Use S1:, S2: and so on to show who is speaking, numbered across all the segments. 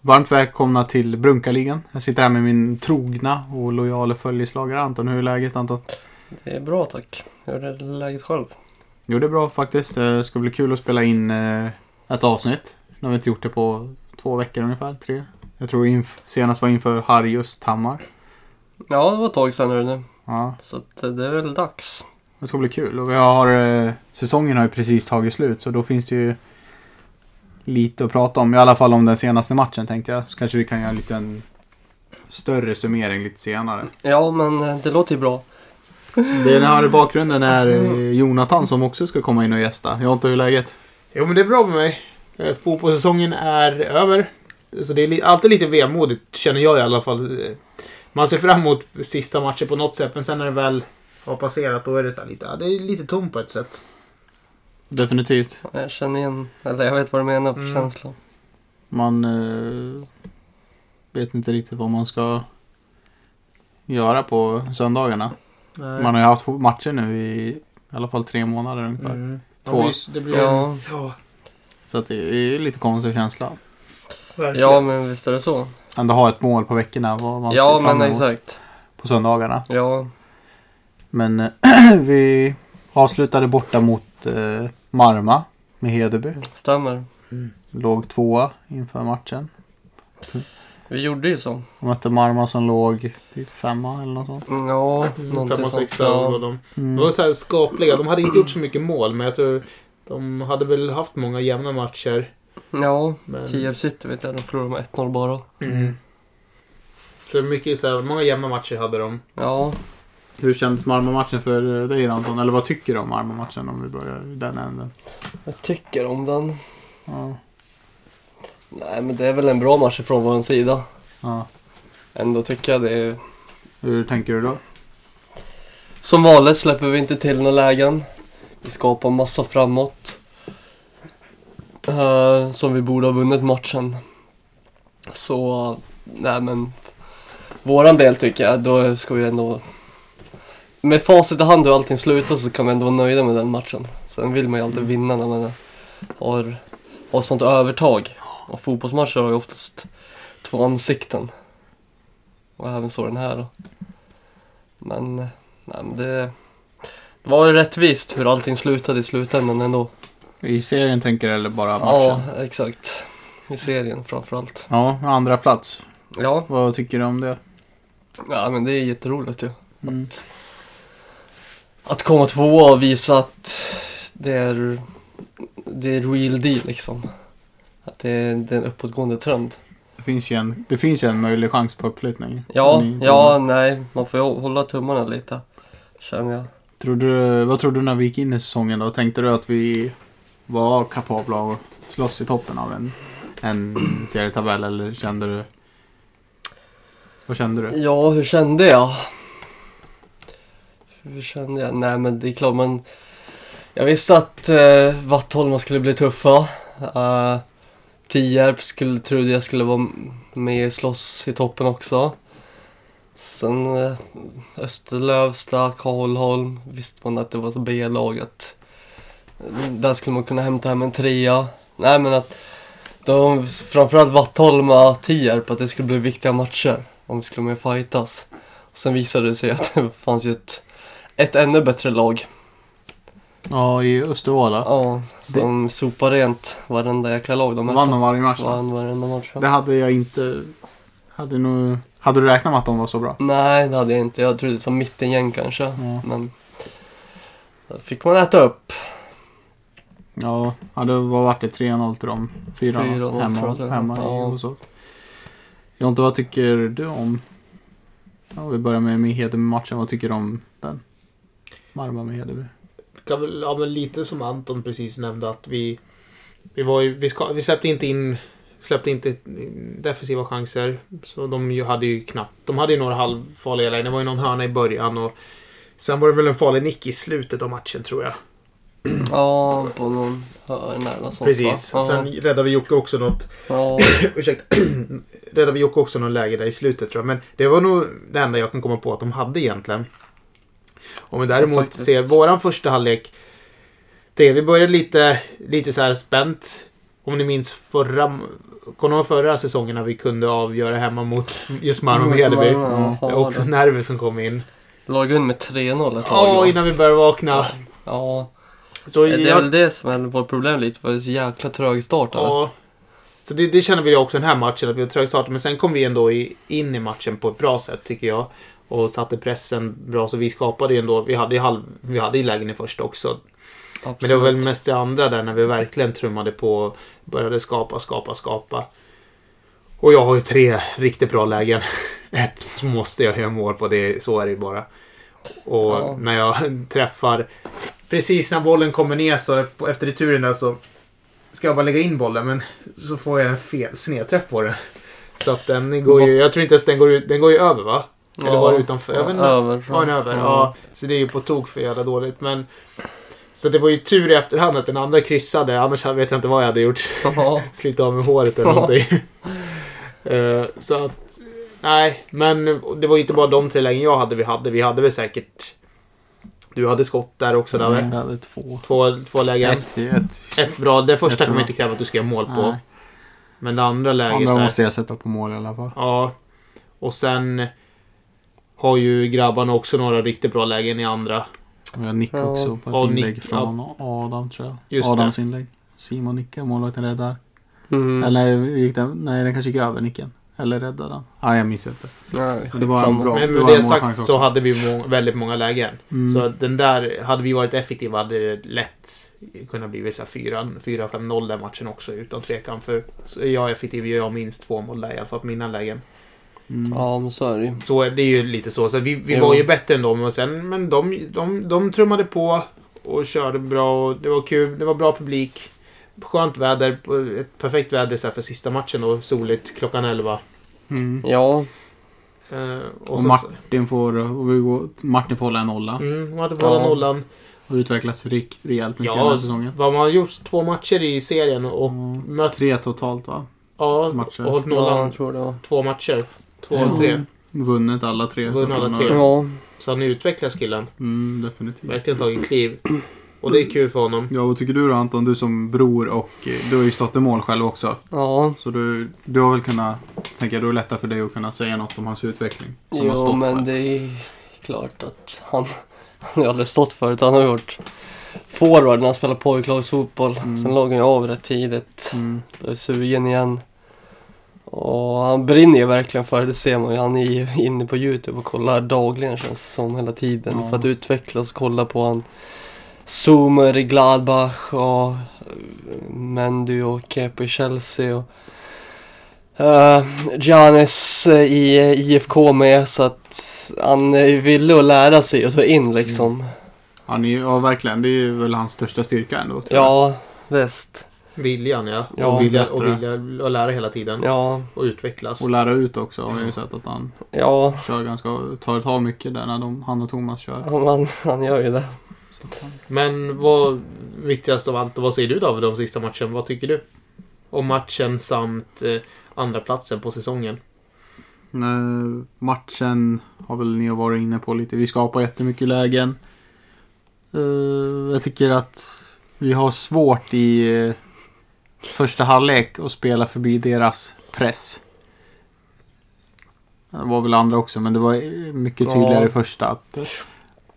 S1: Varmt välkomna till Brunkarligan. Jag sitter här med min trogna och lojala följeslagare Anton. Hur är läget Anton?
S2: Det är bra tack. Hur är läget själv?
S1: Jo, det är bra faktiskt. Det ska bli kul att spela in eh, ett avsnitt. Nu har vi inte gjort det på två veckor ungefär, tre. Jag tror inf- senast var inför Harry Östhammar.
S2: Ja, det var ett tag sedan nu. nu.
S1: Ja,
S2: Så att eh, det är väl dags.
S1: det ska bli kul. Och vi har, eh, säsongen har ju precis tagit slut så då finns det ju lite att prata om. I alla fall om den senaste matchen tänkte jag. Så kanske vi kan göra en liten större summering lite senare.
S2: Ja, men eh, det låter ju bra.
S1: Den här i bakgrunden är
S2: Mm.
S1: eh, Jonathan som också ska komma in och gästa. Jag har inte hur läget?
S3: Jo, men det är bra med mig. Eh, Fotbollssäsongen är över. Så det är li- alltid lite vemodigt, känner jag i alla fall. Eh, Man ser fram emot sista matchen på något sätt, men sen när det väl har passerat, då är det så här lite, ja, det är lite tomt på ett sätt.
S1: Definitivt.
S2: Jag känner igen, eller jag vet vad du menar för
S3: Mm.
S2: känslan.
S1: Man eh, vet inte riktigt vad man ska göra på söndagarna.
S3: Nej.
S1: Man har ju haft matcher nu i i alla fall tre månader ungefär.
S3: Mm.
S1: Två.
S3: Man blir- Det blir, ja.
S2: Ja,
S1: Så att det är lite konstig känsla.
S3: verkligen. Mm.
S2: ja men visst är det så.
S1: Ändå ha ett mål på veckorna vad man
S2: Ja,
S1: ser fram
S2: men
S1: emot
S2: exakt.
S1: på söndagarna.
S2: Ja,
S1: Men eh, vi avslutade borta mot eh, Marma med Hedeby.
S2: stämmer.
S1: Låg tvåa inför matchen.
S2: Vi gjorde ju så.
S1: De mötte Marma som låg typ femma eller något sånt.
S2: Mm, Ja,
S3: Mm,
S2: någonting
S3: Femma,
S2: sånt.
S3: sexa och
S2: Ja.
S3: de.
S1: Mm.
S3: De var så här skapliga. De hade inte gjort så mycket mål, men jag tror de hade väl haft många jämna matcher.
S2: ja,
S3: Men...
S2: TF City vet jag, de förlorade med 1-0 bara.
S3: Mm. Så mycket så här, många jämna matcher hade de.
S2: Ja,
S1: Hur kändes Marma-matchen för dig Anton? Eller vad tycker du om Marma-matchen om vi börjar i den änden?
S2: jag tycker om den.
S1: Ja.
S2: Nej, men det är väl en bra match från vår sida.
S1: ja.
S2: Ändå tycker jag det är...
S1: Hur tänker du då?
S2: Som vanligt släpper vi inte till några lägen. Vi skapar massa framåt. Eh, som vi borde ha vunnit matchen. Så, nej men. Våran del tycker jag, då ska vi ändå... Med facit i hand hur allting slutar så kan vi ändå vara nöjda med den matchen. Sen vill man ju alltid vinna när man har, har sånt övertag. Och fotbollsmatcher har ju oftast två ansikten. Och även så den här då. Men... Nej, men det, det var ju rättvist hur allting slutade i slutändan ändå.
S1: I serien tänker du eller bara
S2: Ja,
S1: matchen?
S2: exakt. I serien framförallt.
S1: Ja, andra plats.
S2: Ja,
S1: Vad tycker du om det?
S2: ja men det är jätteroligt ju.
S1: Mm.
S2: Att komma tvåa och visa att det är, det är real deal liksom. Att det är, det är en uppåtgående trend.
S1: Det finns ju en, det finns ju en möjlig chans på uppflyttning.
S2: Ja,
S1: Ni-
S2: ja, nej, man får ju hålla tummarna lite. Känner jag.
S1: Tror du, vad trodde du när vi gick in i säsongen då? Tänkte du att vi var kapabla att slåss i toppen av en, en serietabell eller kände du? Vad kände du?
S2: Ja, hur kände jag? Hur kände jag? Nej, men det är klart man... Jag visste att eh, Vattholma skulle bli tuffa. Eh, Tierp skulle, trodde jag skulle vara med i slåss i toppen också. Sen eh, Österlövsta, Karlholm. Visste man att det var ett B-lag att där skulle man kunna hämta hem en trea. Nej, men att de, framförallt Vattholma, Tierp, att det skulle bli viktiga matcher om vi skulle med och fightas. Sen visade det sig att det fanns ju ett, ett ännu bättre lag.
S1: Ja, i Östervåla.
S2: Ja, som sopade rent varenda jäkla lag de
S1: De vann de varje match.
S2: Vann varenda match. ja.
S1: Det hade jag inte... Hade, nog, hade du räknat med att de var så bra?
S2: Nej, det hade jag inte. Jag trodde som mittengäng kanske.
S1: Ja.
S2: Men då fick man äta upp.
S1: Ja, hade vad vart det? 3-0 till dem? 4-0
S2: 4-0 tror jag att
S1: hemma,
S2: det var.
S1: hemma
S2: Ja.
S1: i Åstorp. Jonte, vad tycker du om... Ja, vi börjar med, med Hedeby-matchen. Vad tycker du om den? Marma med Hedeby.
S3: kan väl, ja, men lite som Anton precis nämnde att vi, vi, var ju, vi, ska, vi släppte inte in släppte inte defensiva chanser. Så de ju hade ju knappt, de hade ju några halvfarliga lägen. Det var ju någon hörna i början och sen var det väl en farlig nick i slutet av matchen tror jag.
S2: Ja, på någon hörna eller något sånt
S3: Precis.
S2: va? Ja.
S3: Sen räddade vi Jocke också något,
S2: ja.
S3: ursäkta, räddade vi Jocke också något läge där i slutet tror jag. Men det var nog det enda jag kan komma på att de hade egentligen. Om vi
S2: Ja,
S3: däremot
S2: faktiskt.
S3: ser våran första halvlek. Det, vi började lite, lite så här spänt. Om ni minns förra, Kommer du ihåg förra säsongen när vi kunde avgöra hemma mot just Malmö och Hedeby?
S2: Ja,
S3: Det är också nerver som kom in.
S2: Låg under med 3-0 ett tag.
S3: Ja,
S2: va?
S3: innan vi började vakna.
S2: ja.
S3: Så
S2: Det är
S3: jag-
S2: väl det som är vårt problem lite. Var det så jäkla trög start. eller?
S3: Ja. Så det, det känner vi också den här matchen, att vi var trögstartade. Men sen kom vi ändå i, in i matchen på ett bra sätt, tycker jag. Och satte pressen bra, så vi skapade ju ändå. Vi hade ju, halv, vi hade ju lägen i första också.
S2: Absolut.
S3: Men det var väl mest det andra där, när vi verkligen trummade på och började skapa, skapa, skapa. Och jag har ju tre riktigt bra lägen. Ett måste jag göra mål på, det, så är det ju bara. Och
S2: Ja.
S3: när jag träffar... Precis när bollen kommer ner så efter returen där så ska jag bara lägga in bollen men så får jag en fel snedträff på den. Så att den går ju... Jag tror inte ens den går ut. Den går ju över va? Eller var det utanför? Typ, Jag vet inte.
S2: Över.
S3: Ja, en över.
S2: Mm.
S3: Ja. Så det är ju på tok för jävla dåligt. Men... Så det var ju tur i efterhand att den andra kryssade. Annars vet jag inte vad jag hade gjort.
S2: Ja.
S3: Slita av med håret eller
S2: Ja.
S3: någonting. Eh, så att... Nej, men det var ju inte bara de tre lägen jag hade vi hade. Vi hade väl säkert... Du hade skott där också, Dabbe.
S1: Mm.
S2: Jag hade två.
S3: Två, två lägen. Ett.
S1: Ett, ett.
S3: bra. Det första
S1: Jättebra.
S3: kommer jag inte kräva att du ska göra mål på.
S1: Nej.
S3: Men det andra läget
S1: Andra
S3: där.
S1: måste jag sätta på mål i alla fall.
S3: Ja. Och sen har ju grabbarna också några riktigt bra lägen i andra.
S1: Och jag nickade
S2: Ja.
S1: också på ett
S3: Och
S1: inlägg
S3: nick-
S1: från Adam tror jag.
S3: Just
S1: Adams inlägg. Simon nickade, målvakten räddar.
S2: Mm.
S1: Eller gick den? Nej, den kanske gick över nicken. Eller räddade den. Nej, jag minns inte.
S2: Nej,
S1: Men det var en
S2: skitsamma.
S1: bra-
S3: Men
S1: det
S3: med
S1: var
S3: det
S1: en målchans
S3: sagt så
S1: också.
S3: hade vi må- väldigt många lägen.
S1: Mm.
S3: Så den där, hade vi varit effektiva hade det lätt kunnat bli 4-5-0 den matchen också utan tvekan. För så är jag effektiv gör jag minst två mål där i alla fall på mina lägen.
S1: Mm.
S2: Ja, men så är det ju.
S3: Så är det är ju lite så. så vi vi
S2: Jo.
S3: var ju bättre än dem och sen, men de, de, de trummade på och körde bra och det var kul. Det var bra publik. Skönt väder. Ett perfekt väder så här för sista matchen då. Soligt klockan 11.
S1: Mm.
S2: Ja,
S3: Eh, och
S1: Och
S3: så,
S1: Martin får, och vi går, Martin får hålla en nolla.
S3: mm, hade fått
S2: Ja.
S3: nollan.
S1: Och utvecklas rikt, rejält mycket
S3: Ja.
S1: den här säsongen.
S3: Vad man har gjort två matcher i serien och
S1: Mm.
S3: mött...
S1: Tre totalt va?
S3: ja,
S1: matcher.
S3: och hållit
S2: ja,
S3: nollan
S2: jag tror det. var.
S3: två matcher. Två
S1: Ja.
S3: och tre.
S1: Mm. Vunnit alla tre.
S3: Vunnit alla tre.
S2: Ja,
S3: Så han utvecklas killen.
S1: Mm, definitivt.
S3: Verkligen tagit kliv. Och det är kul för honom.
S1: Ja, vad tycker du då Anton? Du som bror och eh, du har ju stått i mål själv också.
S2: ja.
S1: Så du, du har väl kunnat, tänker jag, det är lättare för dig att kunna säga något om hans utveckling. Som har
S2: Jo,
S1: stått
S2: men
S1: där.
S2: det är klart att han, han har ju aldrig stått förut. Han har ju varit forward när han spelade pojklagsfotboll.
S1: Mm.
S2: Sen låg han ju av rätt tidigt.
S1: Mm.
S2: Blev sugen igen. Och han brinner ju verkligen för det, det ser man ju. Han är ju inne på Youtube och kollar dagligen känns det som, hela tiden.
S1: Ja.
S2: För att utvecklas och kolla på han. Zoomer i Gladbach och eh, Mendy och Kepa i Chelsea och eh, Giannis eh, i eh, IFK med så att han är ju villig att lära sig och ta
S1: Mm,
S2: in liksom.
S1: Han är ju, ja verkligen, det är ju väl hans största styrka ändå. tror jag.
S2: Ja, visst.
S3: Viljan ja.
S2: Ja,
S3: och vilja, och
S1: bättre.
S3: vilja att lära hela tiden.
S2: Ja,
S3: Och utvecklas.
S1: Och lära ut också har jag ju sett att han
S2: ja,
S1: kör ganska, tar tag mycket där när de, han och Thomas kör.
S2: han, han gör ju det.
S1: Så att han-
S3: Men vad viktigast av allt, och vad säger du David om sista matchen? Vad tycker du? Om matchen samt eh, andra platsen på säsongen.
S1: Nej, matchen har väl ni varit inne på lite. Vi skapar jättemycket lägen. Eh, jag tycker att vi har svårt i eh, första halvlek att spela förbi deras press. Det var väl andra också, men det var eh, mycket
S2: Ja.
S1: tydligare i första. Att eh,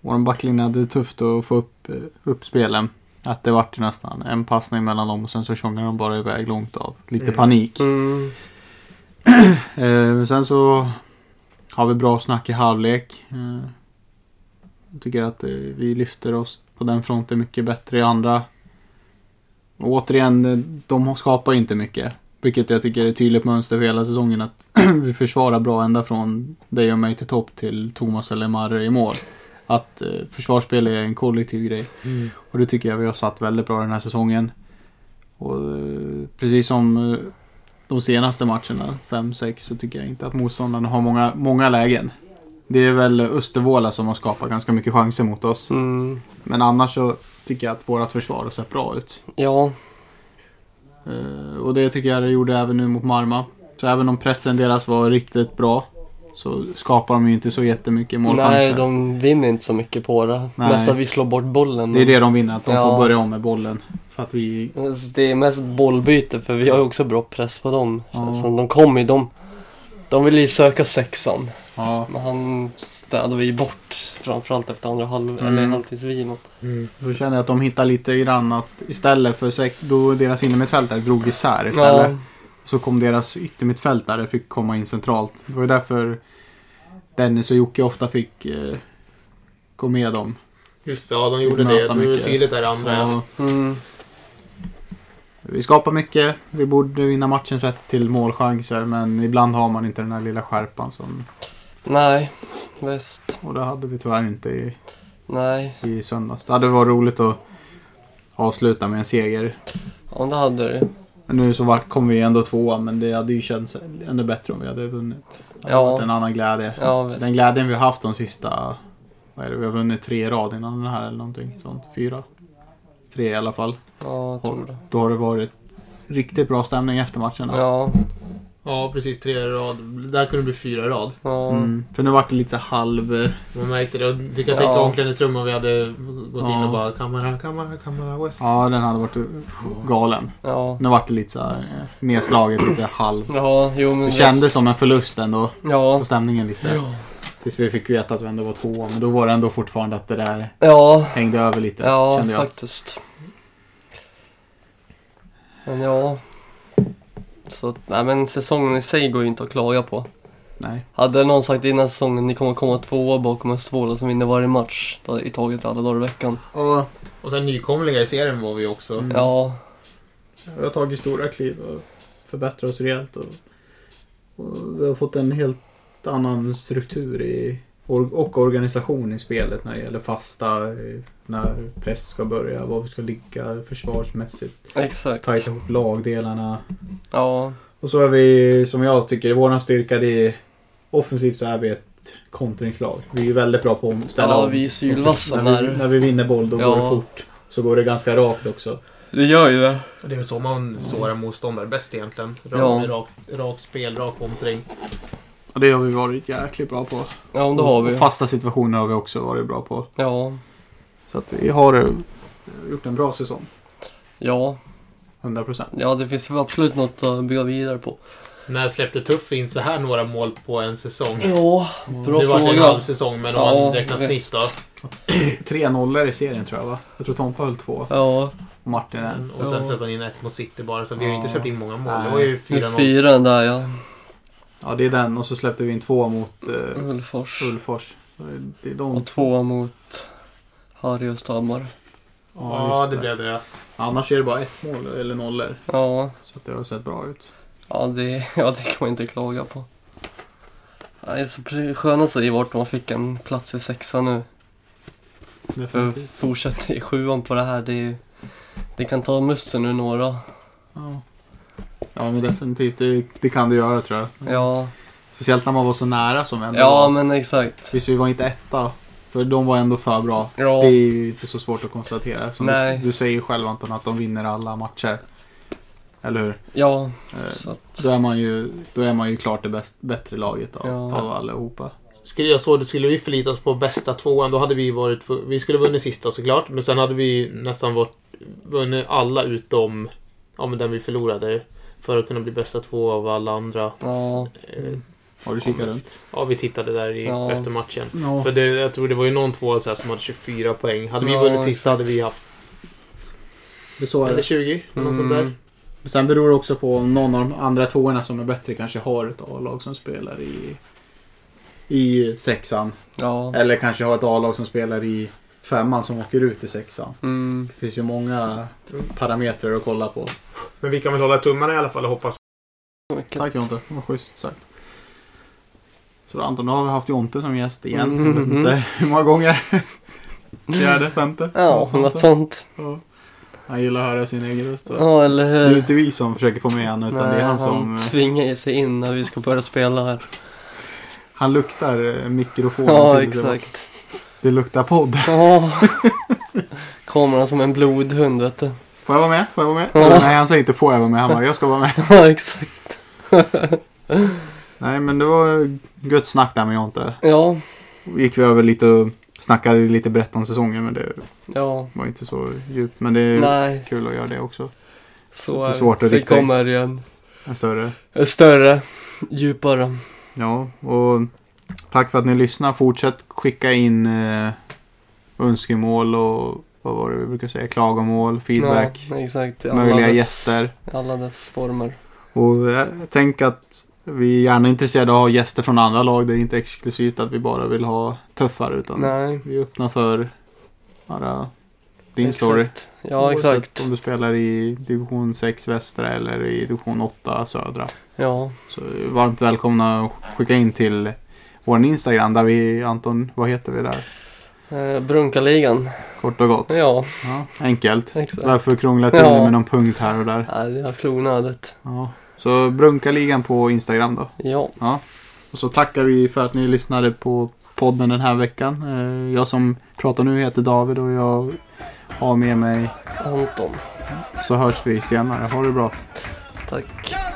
S1: vår backlinje hade det tufft att få upp, eh, upp spelen. Att det vart ju nästan en passning mellan dem och sen så tjongade de bara iväg långt av. Lite
S3: Mm.
S1: panik.
S2: Mm,
S1: Eh, sen så har vi bra snack i halvlek. Eh, jag tycker att eh, vi lyfter oss på den fronten mycket bättre i andra. Och återigen, eh, de skapar inte mycket. Vilket jag tycker är ett tydligt mönster för hela säsongen. Att vi försvarar bra ända från dig och mig till topp till Thomas eller Marre i mål. Att eh, försvarsspel är en kollektiv grej. Och det tycker jag vi har satt väldigt bra den här säsongen. Och eh, precis som eh, de senaste matcherna, 5-6, så tycker jag inte att motståndarna har många, många lägen. Det är väl Östervåla som har skapat ganska mycket chanser mot oss.
S2: mm,
S1: Men annars så tycker jag att vårt försvar har sett bra ut.
S2: ja.
S1: Eh, Och det tycker jag det gjorde även nu mot Marma. Så även om pressen deras var riktigt bra så skapar de ju inte så jättemycket målchanser.
S2: Nej, de vinner inte så mycket på det.
S1: Nej.
S2: Mest att vi slår bort bollen.
S1: Det är det de vinner, att de
S2: Ja.
S1: får börja om med bollen. För att vi...
S2: Alltså, Det är mest bollbyte för vi har ju också bra press på dem.
S1: Ja.
S2: Känns som de kommer ju, de, de vill ju söka sexan.
S1: Ja,
S2: Men han städade vi bort framförallt efter andra halv,
S1: Mm.
S2: eller halvtidsvilon.
S3: Mm.
S1: då känner jag att de hittar lite grann att istället för sek- då deras innermittfältare drog isär istället. Så kom deras yttermittfältare fick komma in centralt. Det var ju därför Dennis och Jocke ofta fick eh, gå med dem.
S3: Just det, ja de gjorde
S1: Möta
S3: det. Det var
S1: mycket.
S3: tydligt där i andra. Ja.
S1: Och
S2: Ja. Mm.
S1: vi skapar mycket. Vi borde vinna matchen sett till målchanser men ibland har man inte den här lilla skärpan som...
S2: Nej, väst.
S1: Och det hade vi tyvärr inte i,
S2: Nej,
S1: i söndags. Det hade varit roligt att avsluta med en seger.
S2: ja det hade du.
S1: Men nu så var, kom vi ändå tvåa men det hade ju känts ännu bättre om vi hade vunnit. Det hade
S2: Ja.
S1: varit en annan glädje.
S2: Ja, visst.
S1: Den glädjen vi har haft de sista... Vad är det? Vi har vunnit tre i rad innan den här eller någonting sånt. Fyra. Tre i alla fall.
S2: Ja, jag tror det.
S1: Då har det varit riktigt bra stämning efter matcherna.
S2: Ja,
S3: precis. Tre i rad. Där kunde det bli fyra i rad.
S2: ja.
S1: Mm. För nu vart det lite så här halv...
S3: Man märkte det. Och Du kan
S2: Ja.
S3: tänka omklädningsrum om vi hade gått in
S1: Ja.
S3: och bara kamera, kamera, kamera, West.
S1: Ja, den hade varit galen.
S2: ja.
S1: Nu vart det lite så här eh, nedslaget, lite halv.
S2: Ja, jo men
S1: Det kändes
S2: väst.
S1: som en förlust ändå
S2: Mm. Ja.
S1: på stämningen lite.
S2: Ja.
S1: Tills vi fick veta att vi ändå var två men då var det ändå fortfarande att det där
S2: Ja,
S1: hängde över lite.
S2: ja
S1: kände jag.
S2: faktiskt. Men ja. Så att- nej men säsongen i sig går ju inte att klaga på.
S1: Nej.
S2: Hade någon sagt innan säsongen ni kommer komma tvåa bakom Östervåla som vinner varje match. Då hade jag tagit alla dagar i veckan.
S1: Och
S3: Och sen nykomlingar i serien var vi också.
S1: Mm.
S2: Ja,
S1: vi har tagit stora kliv och förbättrat oss rejält. Och, och vi har fått en helt annan struktur i, or- och organisation i spelet när det gäller fasta, eh, när press ska börja, var vi ska ligga försvarsmässigt.
S2: exakt.
S1: tajta ihop lagdelarna.
S2: Ja,
S1: Och så är vi, som jag tycker, vår styrka det är offensivt så är vi ett kontringslag. Vi är väldigt bra på att ställa
S2: ja
S1: om.
S2: vi är sylvassa
S1: när, vi,
S2: när...
S1: när vi vinner boll då
S2: Ja.
S1: går det fort. Så går det ganska rakt också.
S2: Det gör ju det.
S3: Och Det är väl så man sårar motståndare bäst egentligen. Rakt,
S2: Ja.
S3: med rak, rak spel, rak kontring.
S1: Och det har vi varit jäkligt bra på.
S2: Ja, det har vi.
S1: Och fasta situationer har vi också varit bra på.
S2: Ja,
S1: Så att vi har eh, gjort en bra säsong.
S2: ja,
S1: 100 procent.
S2: ja det finns väl absolut något att bygga vidare på.
S3: När släppte Tuff in så här några mål på en säsong?
S1: Mm.
S2: Ja, bra
S3: nu var det en
S2: fråga.
S3: halv säsong, men
S2: Ja,
S3: om man räknar
S2: visst.
S3: snitt då.
S1: Tre nollor i serien tror jag va? Jag tror Tompa höll två
S2: Ja,
S1: och Martin en.
S3: Och sen
S2: Ja.
S3: släppte han in ett mot City bara, så vi har ju inte
S1: Ja.
S3: släppt in många mål.
S1: Nej.
S3: Det var ju
S2: nu
S3: 4-0.
S2: fyra den där ja.
S1: Ja det är den och så släppte vi in två mot eh,
S2: Ulfors.
S1: Ulfors. Så Det är de
S2: Och två mot Harry och Stammar.
S3: Ja,
S1: just
S3: det blev det. ja.
S1: Annars är det bara ett mål eller nollor.
S2: Ja,
S1: Så att det har sett bra ut.
S2: ja det, ja, det kan man inte klaga på. Nej, så pre- skönast är ju vart man fick en plats i sexan nu. För
S1: Definitivt.
S2: fortsätter i sjuan på det här, det, är ju, det kan ta musten nu några.
S1: Mm. Ja. ja, men definitivt. Det, det kan du göra tror jag.
S2: Ja,
S1: Speciellt när man var så nära som vi ändå
S2: ja
S1: var.
S2: men exakt.
S1: Visst, vi var inte etta. För de var ändå för bra.
S2: Ja,
S1: Det är ju inte så svårt att konstatera. Som du,
S2: Nej.
S1: du säger ju själv Anton att de vinner alla matcher. Eller hur?
S2: ja,
S1: Eh,
S2: så att,
S1: Då är man ju, då är man ju klart det bäst, bättre laget av,
S2: Ja.
S1: av allihopa.
S3: Skulle jag så, då skulle vi förlita oss på bästa tvåan. Då hade vi varit... för- Vi skulle vunnit sista såklart, men sen hade vi nästan varit, vunnit alla utom ja, men den vi förlorade. För att kunna bli bästa två av alla andra.
S2: ja,
S3: Eh,
S1: Har du kikat
S3: Ja, men-
S1: runt?
S3: Ja, vi tittade där i,
S2: Mm. Ja.
S3: efter matchen.
S1: Ja.
S3: För det, jag tror det var ju någon tvåa så här som hade 24 poäng. Hade vi
S2: Ja,
S3: vunnit sista
S2: exakt.
S3: hade vi haft
S1: Det så är
S3: eller
S1: det.
S3: 20, eller något sånt där.
S2: mm,
S1: Sen beror det också på om någon av de andra tvåorna som är bättre kanske har ett A-lag som spelar i, i sexan.
S2: ja,
S1: Eller kanske har ett A-lag som spelar i femman som åker ut i sexan.
S2: mm,
S1: Det finns ju många parametrar att kolla på.
S3: Men vi kan väl hålla tummarna i alla fall och hoppas.
S2: mycket.
S1: Tack Jonte, det var schysst sagt. Så Anton, nu har vi haft Jonte som gäst igen.
S2: Mm.
S1: Jag vet inte hur många gånger. Fjärde, femte?
S2: Ja,
S1: någonstans
S2: något
S1: där.
S2: sånt.
S1: Ja. Han gillar att höra sin egen röst. så.
S2: Ja, eller
S1: Det är ju
S2: hur?
S1: inte vi som försöker få med honom utan det är han som... eh,
S2: tvingar ju sig in när vi ska börja spela här.
S1: Han luktar eh, mikrofonen
S2: Ja,
S1: till sig.
S2: exakt.
S1: Det luktar podd.
S2: Ja. Kameran som en blodhund, vet du.
S1: Får jag vara med? Får jag vara med?
S2: Ja.
S1: Eller, Nej, han säger inte får jag vara med. Han bara, jag ska vara med.
S2: Ja, exakt.
S1: Nej, men det var gött snack där med Jonte.
S2: Ja,
S1: Gick vi över lite och snackade lite brett om säsongen men det
S2: Ja,
S1: var inte så djupt. Men det är
S2: nej.
S1: kul att göra det också.
S2: Så
S1: Mm. Det är
S2: är
S1: svårt
S2: det.
S1: att
S2: Sen
S1: rikta in.
S2: kommer ju en,
S1: En större.
S2: en större, djupare.
S1: Ja, och tack för att ni lyssnar. Fortsätt skicka in eh, önskemål och vad var det vi brukar säga? Klagomål, feedback,
S2: Ja, exakt. I alla
S1: möjliga
S2: dess-
S1: gäster.
S2: i Alla dess former.
S1: Och eh, tänk att vi är gärna intresserade av gäster från andra lag. Det är inte exklusivt att vi bara vill ha tuffare utan
S2: Nej.
S1: vi är öppna för bara din story.
S2: Exakt. Ja,
S1: Oavsett
S2: exakt.
S1: Om du spelar i division 6 västra eller i division 8 södra.
S2: Ja,
S1: Så eh, varmt välkomna att skicka in till vår Instagram där vi, Anton, vad heter vi där?
S2: eh, Brunkaligan.
S1: Kort och gott.
S2: Ja,
S1: Ja, enkelt.
S2: exakt.
S1: Varför krångla till det
S2: Ja.
S1: med någon punkt här och där?
S2: Nej, det är onödigt.
S1: Ja. Så Brunkaligan på Instagram då.
S2: Ja,
S1: Och så tackar vi för att ni lyssnade på podden den här veckan. Eh, Jag som pratar nu heter David och jag har med mig
S2: Anton.
S1: så hörs vi senare. Ha det bra.
S2: Tack.